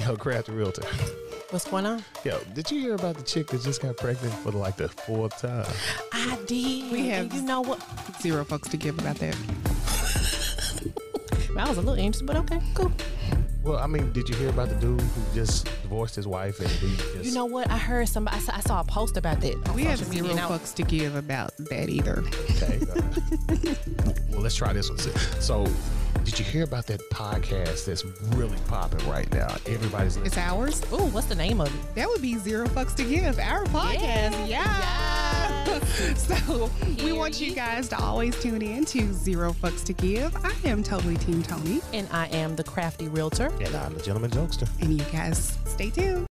Yo, craft the realtor. What's going on? Yo, did you hear about the chick that just got pregnant for like the fourth time? I did. We have- And you know what? Zero fucks to give about that. I was a little anxious, but okay, cool. Well, I mean, did you hear about the dude who just divorced his wife and he just You know what? I heard somebody. I saw, I saw a post about that. on We have social media, zero and I- fucks to give about that either. Okay. well, let's try this one. So, did you hear about that podcast that's really popping right now? Everybody's It's listening. ours. Ooh, what's the name of it? That would be zero fucks to give. Our podcast. Yeah. So we want you guys to always tune in to Zero Fucks to Give. I am totally Team Tony, And I am the crafty realtor. And I'm a gentleman jokester. and you guys stay tuned.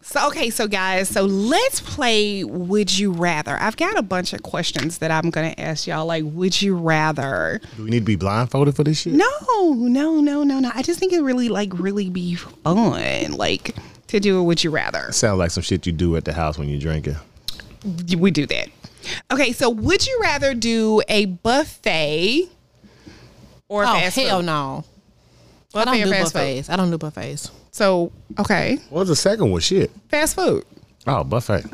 So okay, so guys, so let's play Would You Rather. I've got a bunch of questions that I'm gonna ask y'all. Like, would you rather? Do we need to be blindfolded for this shit? No, no, no, no, no. I just think it really like really be fun, like to do a Would You Rather. Sound like some shit you do at the house when you're drinking. we do that. Okay, so would you rather do a buffet or Oh fast hell food? no! I Buffet don't or do fast food? buffets. I don't do buffets. So okay, What's the second one? Shit. fast food. Oh, buffet.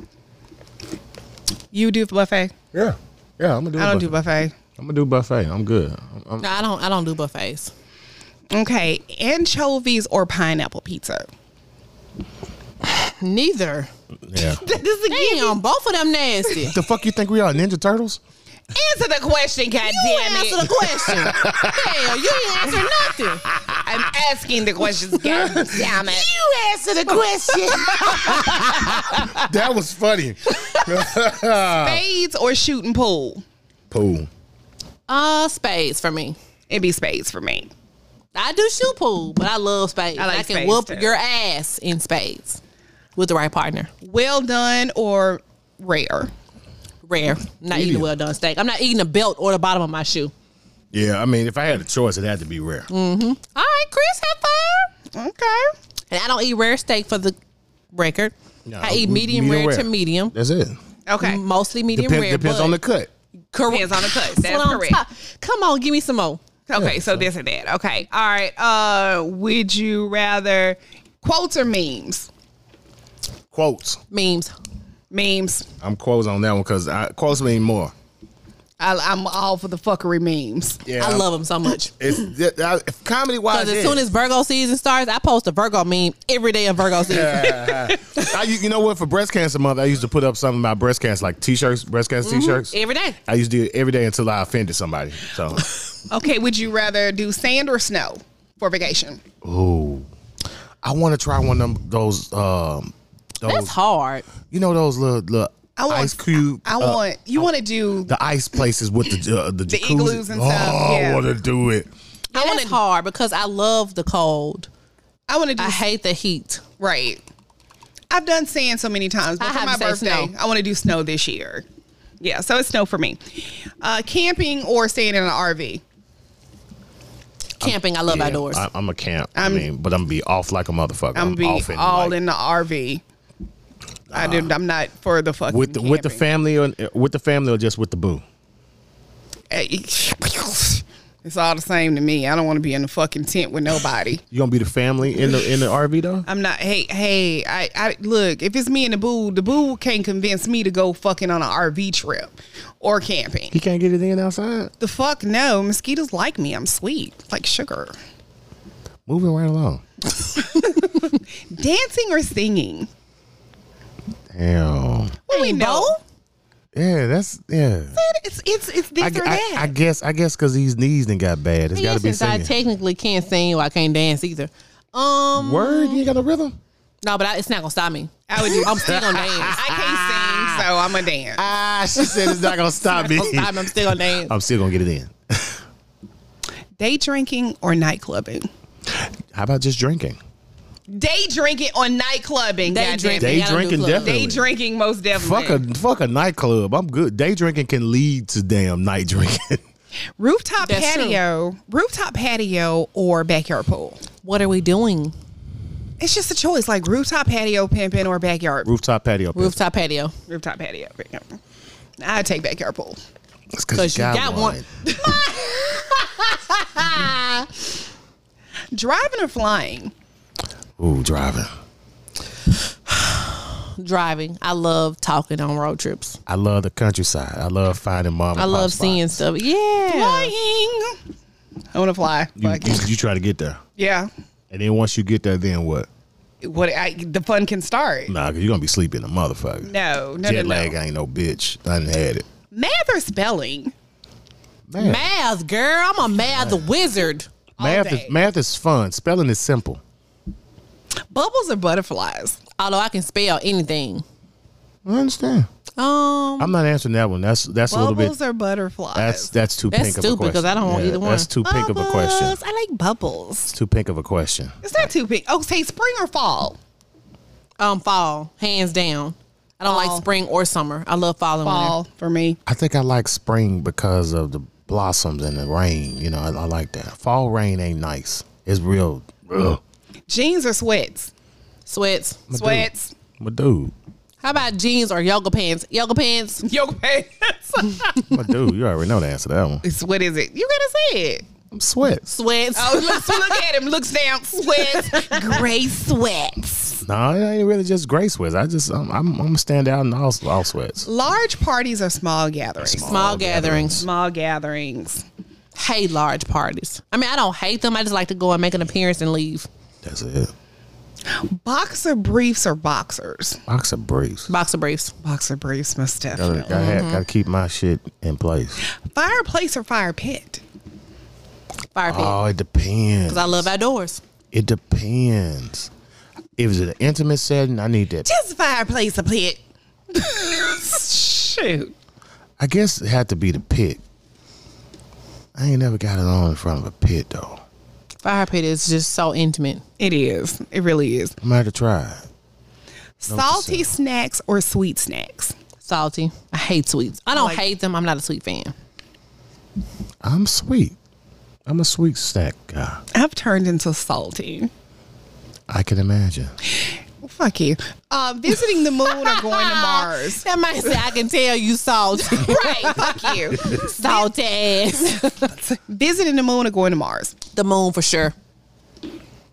You do buffet. Yeah. Yeah, I'm gonna do. I don't do buffet. I'm gonna do buffet. I'm good. I'm, I'm, No, I don't. I don't do buffets. Okay, anchovies or pineapple pizza. Neither. yeah. This is again. Damn, both of them nasty. the fuck you think we are, Ninja Turtles? Answer the question, goddamn You ain't answer it! the question. Hell, you ain't answer nothing. I'm asking the questions, goddamn it! You answer the question. That was funny. Spades or shooting pool? Pool. Uh, spades for me. It'd be spades for me. I do shoe pool, but I love spades. I like I can spades, whoop too. your ass in spades with the right partner. Well done or rare? Rare. Not eating a Medium. well done steak. I'm not eating a belt or the bottom of my shoe. Yeah, I mean, if I had a choice, it had to be rare. All right, Chris, have fun. Okay. And I don't eat rare steak for the record. No, I eat m- medium, medium rare, rare. to medium. That's it. Okay. Mostly medium Depends, rare. depends but on the cut. correct. Depends on the cut. That's That's what I'm correct. ta- Come on, give me some more. Okay, so this and that. Okay. All right. Uh would you rather quotes or memes? Quotes. Memes. Memes. I'm quotes on that one because quotes mean more. I, I'm all for the fuckery memes. Yeah, I love them so much. It's comedy wise. Because as soon as Virgo season starts, I post a Virgo meme every day of Virgo season. I, you you know what? For breast cancer month, I used to put up something about breast cancer, like t-shirts, breast cancer t-shirts. Mm-hmm. Every day. I used to do it every day until I offended somebody. So, Okay, would you rather do sand or snow for vacation? ooh, I want to try one of them, those. Um, those That's hard. you know those little, little I want ice cube. I, uh, want you want to do the ice places with the uh, the, jacuzzi. igloos and stuff, Oh, I yeah. want to do it. I want it's hard because I love the cold. I want to do I hate the heat. right. I've done sand so many times, but I for have my to say birthday, snow. I want to do snow this year. Yeah, so it's snow for me. Uh camping or staying in an RV? Camping, I love outdoors. I, am a camp. i I'm- mean, but I'm gonna be off like a motherfucker. I'm be off in, all like, uh, in the RV. I did, I'm not for the fucking with the, with the camping. family or with the family or just with the boo. Hey, Eh, It's all the same to me. I don't want to be in the fucking tent with nobody. You gonna be the family in the in the RV though? I'm not. Hey, hey. I, I look. If it's me and the boo, the boo can't convince me to go fucking on an RV trip or camping. He can't get it in outside. The fuck no. Mosquitoes like me. I'm sweet, like sugar. Moving right along. Dancing or singing? Damn. Well, we Ain't know. both. Yeah, that's yeah. It's it's it's this I, or I, that. I guess I guess because these knees done got bad. It's got to be Since I singing. technically can't sing or I can't dance either. Um, Word, you ain't got no rhythm. no, but I, it's not gonna stop me. I would do. I'm still gonna dance. I can't sing, so I'm a dance. Ah, she said it's not gonna stop me. Don't stop me, I'm still gonna dance. I'm still gonna get it in. Day drinking or night clubbing? How about just drinking? Day drinking or night clubbing? Day goddamn drinking. it. Day I don't do drinking clubs. definitely. Day drinking most definitely. Fuck a fuck a nightclub. I'm good. Day drinking can lead to damn night drinking. Rooftop That's patio, rooftop patio or backyard pool. What are we doing? It's just a choice, like rooftop patio pimping or backyard Rooftop patio. Rooftop patio. rooftop patio. pimping. I take backyard pool. Cause you got one. Driving or flying? Ooh, driving. Driving. I love talking on road trips. I love the countryside. I love finding mom. and I pop love spots. seeing stuff. Yeah. I want to fly. You, Like, you, you try to get there, yeah. and then once you get there, then what? What I, the fun can start. Nah, you you're gonna be sleeping, a motherfucker. No, no, no, Jet no. lag ain't no bitch. I done had it. Math or spelling? Man, Math, girl. I'm a math wizard. all math day. is math is fun. Spelling is simple. Bubbles or butterflies? Although I can spell anything. I understand. Um, I'm not answering that one. That's that's a little Bubbles bit. or butterflies? That's that's too That's pink of a stupid, question. 'cause I don't want either one. That's too pink of a question. Bubbles. I like bubbles. Too pink of a question. It's not too big. Oh, say spring or fall. um, fall, hands down. I don't Fall. like spring or summer. I love fall and winter. Fall for me. I think I like spring because of the blossoms and the rain. You know, I, I like that. Fall rain ain't nice. It's real. Ugh. Jeans or sweats? Sweats. My dude. Sweats. My dude. How about jeans or yoga pants? Yoga pants. Yoga pants. My dude. You already know the answer to that one. It's- what is it? You gotta say it. I'm sweats. Sweats. Oh, look, look at him. Looks down. Sweats. Gray sweats. No, it ain't really just gray sweats. I just I'm I'm, I'm gonna stand out in all all sweats. Large parties or small gatherings? Small, Small gatherings. gatherings. Hate large parties. I mean, I don't hate them. I just like to go and make an appearance and leave. That's it. Boxer briefs or boxers? Boxer briefs. Boxer Mm-hmm. briefs. Boxer briefs, most Gotta, definitely. gotta, have- gotta keep my shit in place. Fireplace or fire pit? Fire pants. Oh, it depends. Because I love outdoors. It depends. If it's an intimate setting, I need that. Just fireplace or pit. Shoot. I guess it had to be the pit. I ain't never got it on in front of a pit though. Fire pit is just so intimate. It is. It really is. I might have to try. it. Salty snacks or sweet snacks? Salty. I hate sweets. I don't Like- hate them. I'm not a sweet fan. I'm sweet. I'm a sweet snack guy. I've turned into salty. I can imagine. Fuck you. Uh, visiting the moon or going to Mars? That might say I can tell you salty. right. Fuck you. salty ass. Visiting the moon or going to Mars? The moon for sure.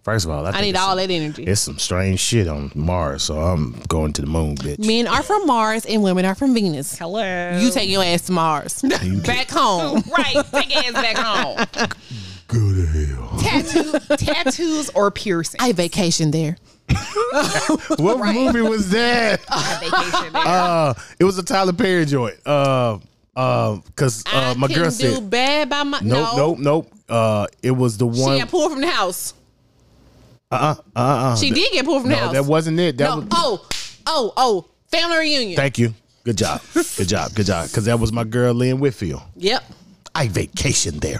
First of all, I, I think need it's all some, that energy. It's some strange shit on Mars, so I'm going to the moon, bitch. Men are from Mars and women are from Venus. Hello. You take your ass to Mars. Back home. right. Take ass back home. Go to hell. Tattoo, tattoos or piercing? I vacation there. What movie was that? vacation. Uh, it was a Tyler Perry joint. Uh, uh, cause uh, I my girl couldn't do said, bad by my nope, no. nope, nope. Uh, it was the She one. got pulled from the house. Uh uh uh. She did get pulled from the no, house. that wasn't it. That no. was, oh, oh, oh. Family reunion. Thank you. Good job. Good job. Good job. Because that was my girl, Lynn Whitfield. yep. I vacationed there.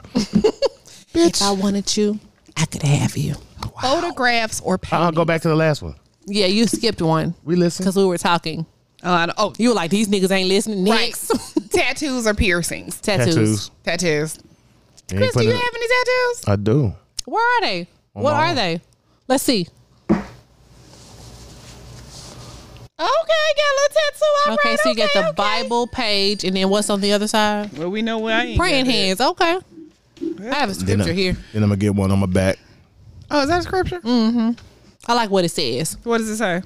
If I wanted you, I could have you. Photographs or I'll paintings? go back to the last one. Yeah, you skipped one We listen. because we were talking. Oh, I don't- oh, You were like, these niggas ain't listening. right. Next. tattoos or piercings? Tattoos. Tattoos. Tattoos. You ain't Chris, do putting you it- have any tattoos? I do. Where are they? my what are arm. they? Let's see. Okay, got a little tattoo. All Okay, right, so you got the okay, okay. Bible page, and then what's on the other side? Well, we know where I ain't. Praying got it. hands. Okay. I have a Then, uh, I, scripture here. then I'm going to get one on my back. Oh, is that scripture? Mm. I like what it says. What does it say?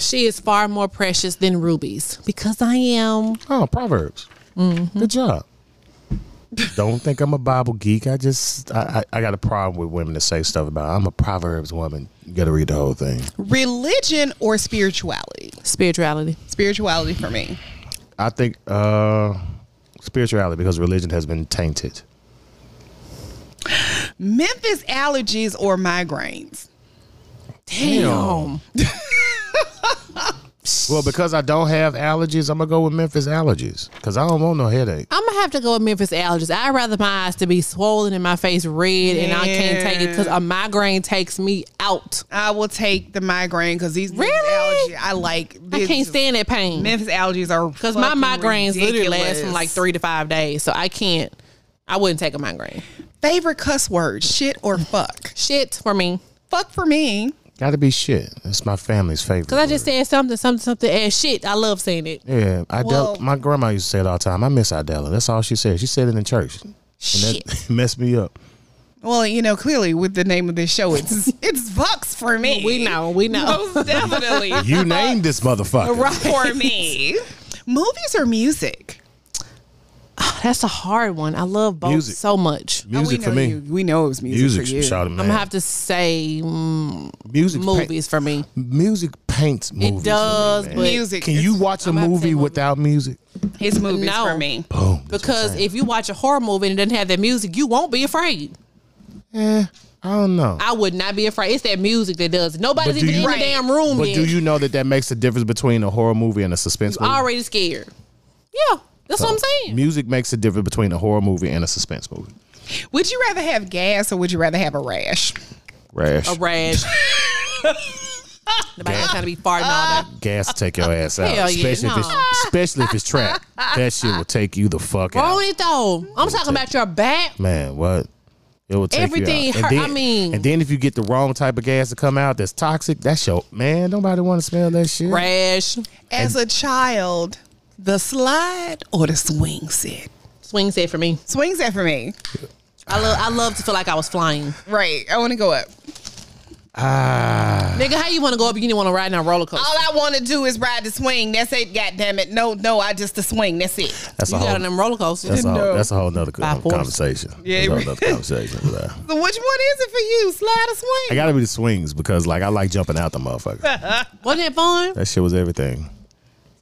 She is far more precious than rubies because I am. Oh, Proverbs. Mm-hmm. Good job. Don't think I'm a Bible geek. I just I, I, I got a problem with women that say stuff about I'm a Proverbs woman. You gotta read the whole thing. Religion or spirituality? Spirituality. Spirituality for me. I think uh spirituality because religion has been tainted. Memphis allergies or migraines? Damn. Well, because I don't have allergies, I'm gonna go with Memphis allergies because I don't want no headache. I'm gonna have to go with Memphis allergies. I'd rather my eyes to be swollen and my face red, and I can't take it because a migraine takes me out. I will take the migraine because these these Really? allergies. I like. I this- can't stand that pain. Memphis allergies are Because my fucking migraines literally last ridiculous. from like three to five days. So I can't, I wouldn't take a migraine. Favorite cuss word: shit or fuck. Shit for me. fuck for me. Gotta be shit. That's my family's favorite. Because I just said something, something, something, and shit. I love saying it. yeah, I Well- my grandma used to say it all the time. I miss Idella. That's all she said. She said it in church, and Shit. that messed me up. Well, you know, clearly with the name of this show, it's it's Vox for me. We know, we know. Most definitely. You named this motherfucker. Right. For me. Movies or music? Oh, That's a hard one. I love both Music. so much. Oh, we Music for know me. you- we know it was music, Music, for you. shout I'm gonna have to say mm, Music, movies for me. music paints movies. It does, for me, man. but Music. Can you watch a I'm about to say movie movie. without music? His movies No. for me. Boom. because if you watch a horror movie and it doesn't have that music, you won't be afraid. Eh, I don't know. I would not be afraid. It's that music that does. it. Nobody's But do even in you- the damn room But yet. do you know that that makes a difference between a horror movie and a suspense movie? already scared. Yeah, that's what I'm saying. Music makes a difference between a horror movie and a suspense movie. Would you rather have gas or would you rather have a rash? Rash. a rash. Nobody trying to be farting Uh, all that. Gas take your ass out. Hell yeah, especially, if no. it's, especially if it's trapped. That shit will take you the fuck out. Wrong it though. I'm talking about your back. Man, what? It will take Everything you out. hurt- I mean- and then if you get the wrong type of gas to come out that's toxic, that's your man. Nobody want to smell that shit. Rash. As a child, the slide or the swing set? Swing set for me. Swing set for me. I love. I love to feel like I was flying. Right. I want to go up. Nigga, how you want to go up? You didn't want to ride in a roller coaster. All I want to do is ride the swing. That's it. God damn it. No, no, I just the swing. That's it. That's you a whole. got on them roller coasters. that's a whole. No. That's a whole nother By force. conversation. Yeah, that's a whole nother conversation. But, uh, So which one is it for you? Slide or I swing? gotta be the swings because like I like jumping out the motherfucker. Wasn't it fun? that shit was everything.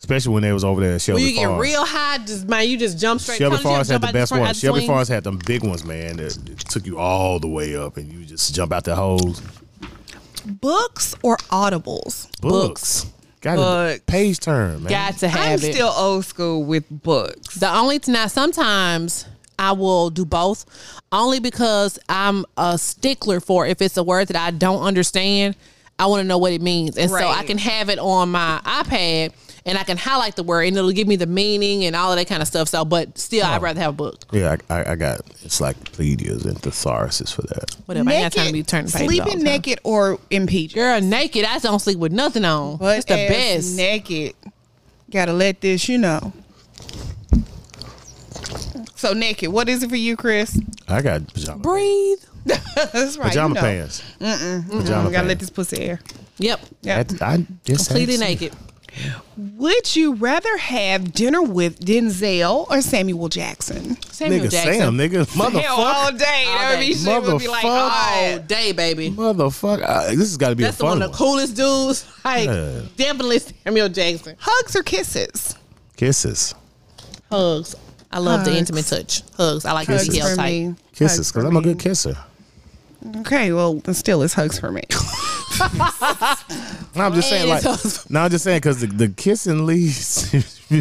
Especially when they was over there at Shelby When you get Farms. real high, just man, you just jump straight. Shelby Tony, you ever Farms had jump the out the best front- out ones. the Shelby swing? Farms had them big ones, man. That that took you all the way up, and you just jump out the holes. Books or audibles? Books, got Books. a page turn, man. Got to have I'm it. still old school with books. The only now sometimes I will do both, only because I'm a stickler for if it's a word that I don't understand. I want to know what it means, and so I Right. can have it on my iPad, and I can highlight the word, and it'll give me the meaning and all of that kind of stuff. So, but still, I'd rather have a book. yeah, I, I, I got encyclopedias and thesauruses for that. Whatever. I ain't got time to be turning pages. all sleeping the time. naked or in PJ. Girl, naked. I don't sleep with nothing on. It's the ass best. Naked. Gotta let this, you know. So naked. What is it for you, Chris? I got pajama, Breathe. That's right. pajama you know. pants. Pajama Gotta let pants. this pussy air. Yep. Yeah. That- I just Completely ain't seen- naked. Would you rather have dinner with Denzel or Samuel Jackson? Samuel nigga Jackson. Sam, nigga, Hell, motherfucker, all day. That would be day. shit. Would be like, Motherfucker. oh, All day, baby. motherfucker. Uh, this has got to be That's a the fun one of the coolest dudes. Like Yeah. definitely Samuel Jackson. hugs or kisses? Kisses, Hugs. I love the Hugs. intimate touch. Hugs. I like Hugs the BBL for type. kisses, Hugs for because I'm a me. good kisser. Okay, well, still, it's hugs for me. No, I'm just saying like. Man, it's- No, I'm just saying because the, the kissing leads. We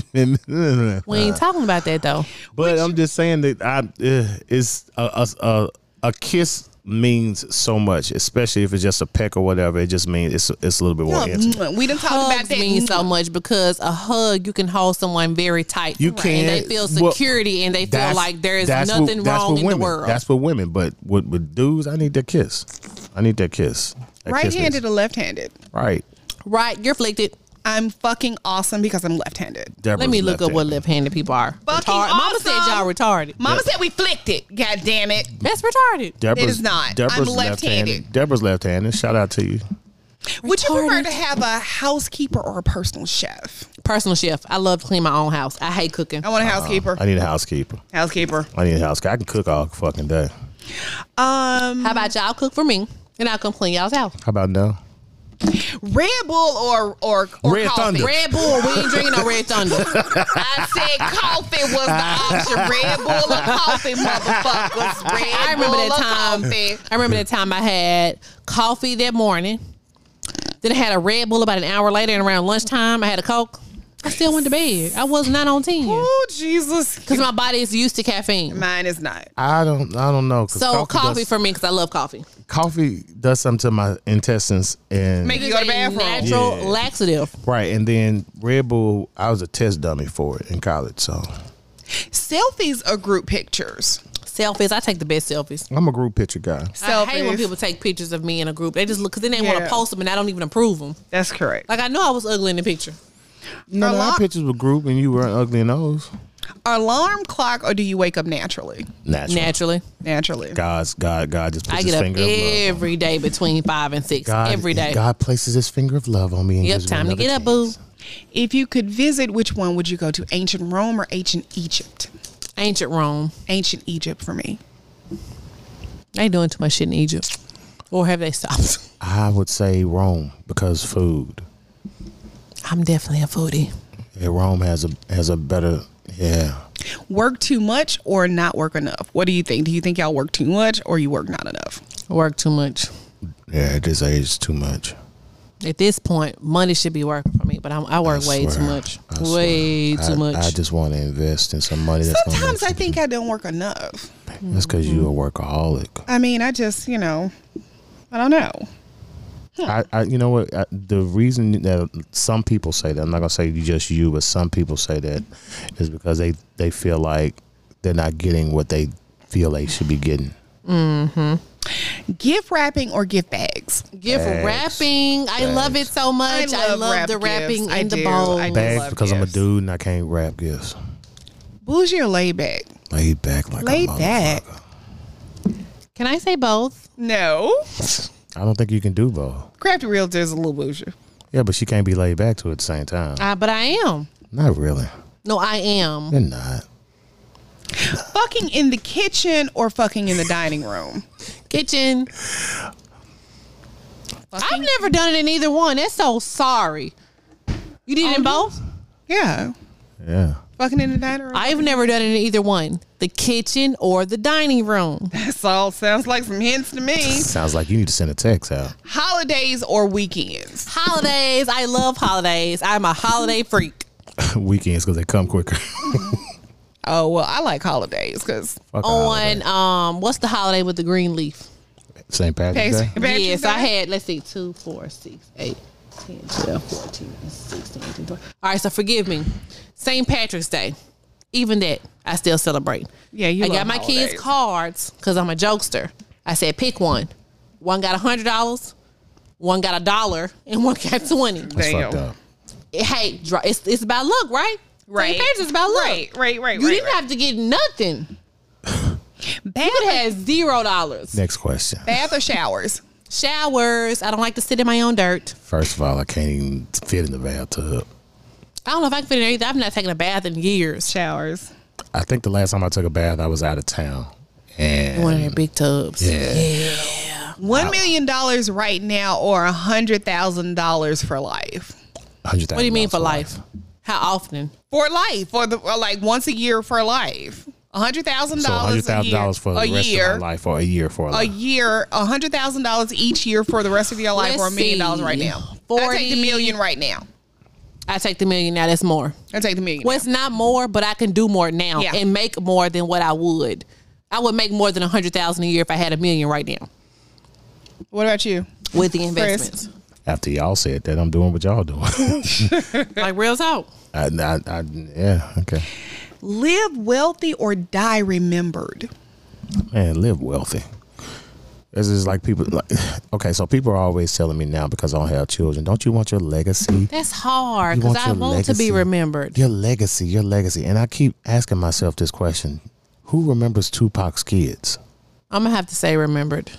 ain't talking about that though. but I'm just saying that I uh, is a, a a a kiss means so much, especially if it's just a peck or whatever. It just means it's it's a little bit more intimate. mm, we done talked about Hugs that. mean so much because a hug you can hold someone very tight. You And they can't- feel well, security and they feel That's- like there is that's what- nothing that's wrong what in women, the world. That's what women. But with, with dudes, I need that kiss. I need that kiss. That kiss means- Right-handed or left-handed? Right. right, you're afflicted. I'm fucking awesome because I'm left-handed. Let Deborah's me look up what left-handed. left-handed people are. Fucking Retard- Mama said awesome. y'all retarded. Mama said we flicked it. God damn it. That's retarded. Deborah's, It is not. I'm Deborah's left-handed. Deborah's left-handed. Shout out to you. Would you prefer Retarded. to have a housekeeper or a personal chef? Personal chef. I love to clean my own house. I hate cooking. I want a housekeeper. Uh, I need a housekeeper. housekeeper. I need a housekeeper. I can cook all fucking day. Um, How about y'all cook for me and I'll come clean y'all's house. How about now? Red Bull or or, or Red coffee? Thunder. Red Bull. We ain't drinking no Red Thunder. I said coffee was the option. Red Bull or coffee, motherfuckers. Red I remember Bull that or time. coffee. I remember that time I had coffee that morning. Then I had a Red Bull about an hour later, and around lunchtime I had a Coke. I still went to bed. I was not on ten Oh Jesus! because my body is used to caffeine. Mine is not. I don't. I don't know. 'cause So coffee, does, for me because I love coffee. coffee does something to my intestines and Make- You It's go to a bathroom. Natural Yeah. laxative. right, and then Red Bull. I was a test dummy for it in college, so Selfies or group pictures? Selfies. I take the best selfies. I'm a group picture guy. I hate when Selfies. people take pictures of me in a group. They just look because then they want Yeah. to post them, and I don't even approve them. That's correct. Like I know I was ugly in the picture. No, A no, our lot- pictures were group, and you weren't ugly in those. alarm clock or do you wake up naturally? Natural. Naturally, Naturally. God's God. God just puts I his get up finger of love on me. every day between five and six. God, every day. God places His finger of love on me. And Yep, gives me time to another get up, boo. chance. If you could visit, which one would you go to? Ancient Rome or ancient Egypt? Ancient Rome. Ancient Egypt for me. They ain't doing too much shit in Egypt, or have they stopped? I would say Rome because food. I'm definitely a foodie. Yeah, Rome has a has a better yeah. Work too much or not work enough? What do you think? Do you think y'all work too much or you work not enough? Work too much. Yeah, at this age, it's too much. At this point, money should be working for me, but I'm, I work I way too swear. much. I swear. Way I- too much. I just want to invest in some money. That's gonna Sometimes make I some- think I don't work enough. that's because you're a workaholic. I mean, I just, you know, I don't know. Hmm. I, I, you know what? I, the reason that some people say that I'm not gonna say you just you, but some people say that is because they they feel like they're not getting what they feel they should be getting. Gift wrapping or gift bags? gift Bags. wrapping. I love it so much. I love, wrap the gifts. wrapping I and the do. bowl. I do Bags Mm. love because I'm a gifts. dude and I can't wrap gifts. Bougie or laid back? Laid back like Laid a motherfucker. back. Can I say both? No. I don't think you can do both. Crafty Realtor is a little bougie. Yeah, but she can't be laid back to at the same time. Uh, but I am. not really. No, I am. You're not. Fucking in the kitchen or fucking in the dining room? Kitchen. I've never done it in either one. That's so sorry. You did it in both? Yeah. Yeah. Fucking in the dining room. I've never done it in either one. The kitchen or the dining room. This all sounds like some hints to me. Sounds like you need to send a text out. Holidays or weekends? Holidays. I love holidays. I'm a holiday freak. Weekends because they come quicker. Oh well, I like holidays because Fuck On um what's the holiday with the green leaf? St. Patrick's Day. Patrick- Patrick's yes, I Day? had, let's see, 2, four, six, eight, 10, 12, 14, 16, 18, 20. All right, so forgive me. St. Patrick's Day. Even that, I still celebrate. Yeah, you I love got my holidays. kids cards because I'm a jokester. I said pick one. One got a hundred dollars, one got a dollar, and one got twenty. That's Damn. fucked up. It- hey, dr- it's it's about luck, right? Right. St. Patrick's is about luck. Right, right, right, You right, didn't right. have to get nothing. bath, You could have zero dollars. Next question. bath or showers. Showers. I don't like to sit in my own dirt. First of all, I can't even fit in the bathtub. I don't know if I can fit in there either. I've not taken a bath in years. Showers. I think the last time I took a bath, I was out of town. And One of their big tubs. yeah. One million dollars right now, or a hundred thousand dollars for life. $100,000 What do you mean for life? How often? For life, for the or like once a year for life. A hundred thousand So dollars. a $100,000 year- for the a rest year. of my life or a year for a A life. year, a hundred thousand dollars each year for the rest of your life, Let's or a million dollars right see. now. I take 40. the million right now. I take the million now. That's more. I take the million. Well, it's not more, but I can do more now Yeah. and make more than what I would. I would make more than a hundred thousand a year if I had a million right now What about you? with the investments. After y'all said that, I'm doing what y'all doing. like real talk. I, I, I, yeah, okay. Live wealthy or die remembered. man, live wealthy. This is like people like okay, so people are always telling me now because I don't have children, don't you want your legacy? That's hard You because want I your want to legacy. be remembered. Your legacy, your legacy. And I keep asking myself this question. Who remembers Tupac's kids? I'm gonna have to say remembered.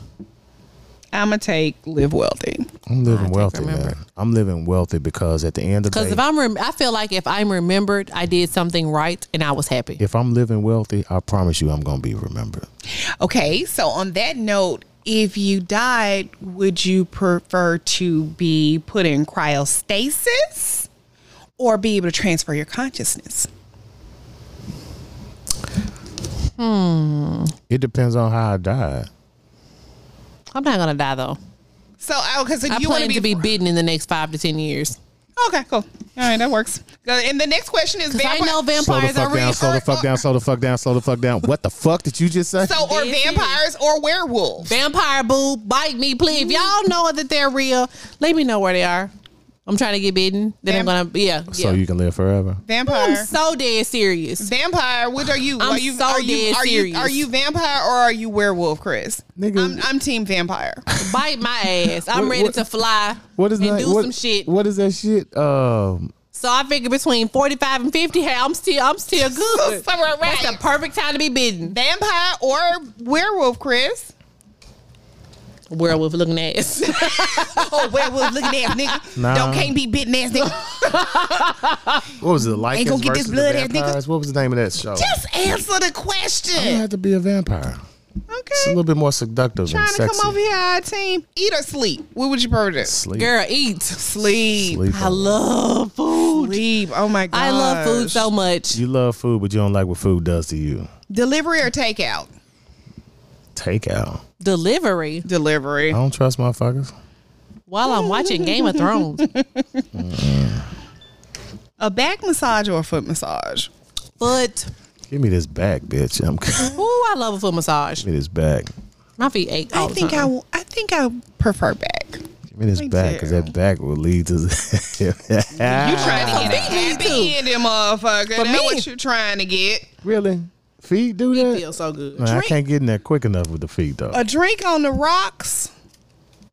I'ma take live wealthy. I'm living wealthy, remember. man. I'm living wealthy because at the end of the Because day, if I'm, rem- I feel like if I'm remembered, I did something right and I was happy. if I'm living wealthy, I promise you I'm gonna be remembered. Okay, so on that note, if you died, would you prefer to be put in cryostasis or be able to transfer your consciousness? It depends on how I died. I'm not gonna die though. So, I okay, so I you want plan to be bitten in the next five to ten years. Okay, cool. All right, that works. And the next question is Because I vampire- know Slow the vampires are fuck real. down, slow the fuck down, slow the fuck down, slow the fuck down. What the fuck did you just say? So, or This is- vampires or werewolves? Vampire boo, bite me, please. If y'all know that they're real, let me know where they are. I'm trying to get bitten. Then I'm Vamp- gonna yeah. So yeah. you can live forever. I'm Vampire. so dead serious. Vampire, which are you? I'm are you so are you, dead are you serious. are you vampire or are you werewolf, Chris? Nigga. I'm, I'm team vampire. Bite my ass. I'm What- ready what- to fly What is and that? do what, some shit. What is that shit? Um, So I figure between forty five and fifty, hey, I'm still I'm still good. Somewhere around That's you. the perfect time to be bitten. Vampire or werewolf, Chris? Werewolf looking ass. Oh, werewolf looking ass nigga. Nah. Don't can't be bitten ass nigga. What was it? Lycans gonna get versus this the blood ass nigga. vampires? What was the name of that show? Just answer the You question. had to be a vampire. It's a Okay. little bit more seductive Trying and to sexy. come over here, our team. Eat or sleep. What would you prefer? to do? Sleep. Girl, eat. Sleep. Sleep. I love food. Sleep. Oh my god. I love food so much. You love food, but you don't like what food does to you. Delivery or takeout? Takeout. Delivery Delivery. I don't trust motherfuckers. while I'm watching Game of Thrones. A back massage or a foot massage? Foot. Give me this back, bitch. I'm give Ooh, I love a foot massage. me this back. My feet ache. I all the think time. I, w- I think I prefer back. Give me this Me back, because too. that back will lead to. trying to get a happy ending, motherfucker. That's me. what you trying to get. really? Feet do Feet that? feel so good. Man, I Drink. Uh, can't get in there quick enough with the feet though. A drink on the rocks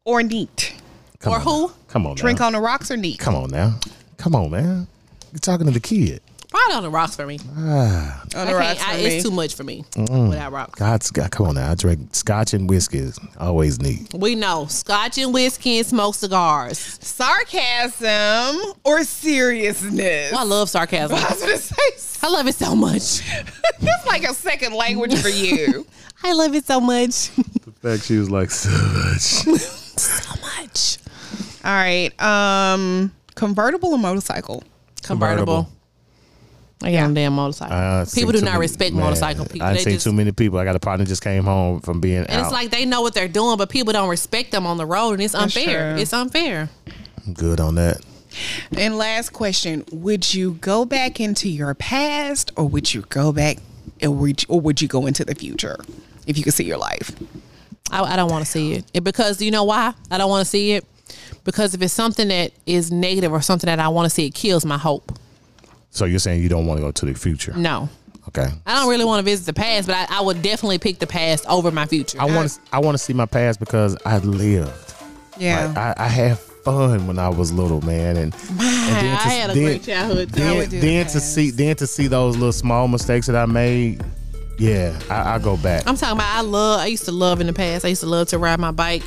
or neat? Come or on who? now. Come on. Drink now. on the rocks or neat? Come on now. Come on, man. You're talking to the kid. Probably on the rocks for me. on I the can't, rocks I, for me. it's too much for me without rocks. God's God, come on now. I drink scotch and whiskey. is Always neat. We know scotch and whiskey and smoke cigars. Sarcasm or seriousness? I love sarcasm. I was gonna say I love it so much. that's like a second language for you. I love it so much. so The fact she was like so much. much. All right. Um, convertible or motorcycle? Convertible. Convertible. I got on a damn motorcycle. Uh, people do not respect motorcycle people. I've They seen just, too many people. I got a partner just came home from being and out. it's like they know what they're doing, but people don't respect them on the road, and it's unfair. true. It's unfair. I'm good on that. And last question: Would you go back into your past, or would you go back, or would you, or would you go into the future if you could see your life? I, I don't want to see it. And because you know why I don't want to see it because if it's something that is negative or something that I want to see, it kills my hope. So you're saying you don't want to go to the future? No. Okay. I don't really want to visit the past, but I, I would definitely pick the past over my future. I want to. I want to see my past because I lived. Yeah. Like, I, I had fun when I was little, man, and, and then I had a great childhood, too. I Then, would do then to see, then to see those little small mistakes that I made, yeah, I, I go back. I'm talking about I love. I used to love in the past. I used to love to ride my bike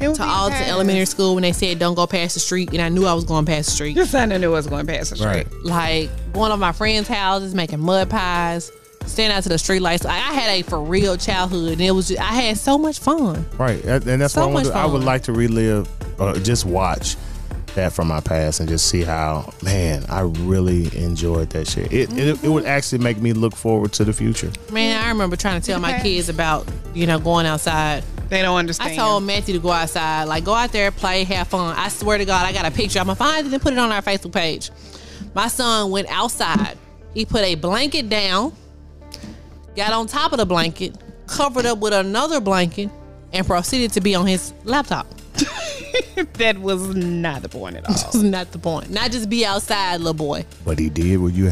It would to be all to nice. elementary school when they said don't go past the street, and I knew I was going past the street. Your son knew I was going past the street. right. Like going to my friends' houses, making mud pies, standing out to the street lights. Like I had a for real childhood, and it was just, I had so much fun. Right, and and that's So what I want to. much do. I would fun. like to relive, uh, just watch that from my past and just see how man I really enjoyed that shit. It, it it would actually make me look forward to the future. Man, I remember trying to tell my Okay. kids about, you know, going outside. They don't understand. I told Matthew to go outside, like go out there, play, have fun. I swear to God, I got a picture. I'm gonna find it and put it on our Facebook page. My son went outside. He put a blanket down, got on top of the blanket, covered up with another blanket, and proceeded to be on his laptop. that was not the point at all. This is not the point. Not just be outside, little boy. But he did what you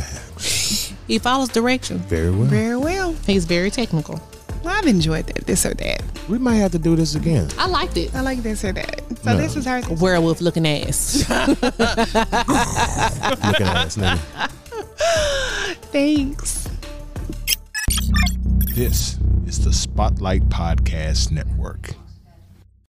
He follows direction. very well. Very well. He's very technical. Well, I've enjoyed that. This or that. We might have to do this again. I liked it. I like this or that. So No. this is our Werewolf looking ass. Looking at us, nigga. thanks. This is the Spotlight Podcast Network.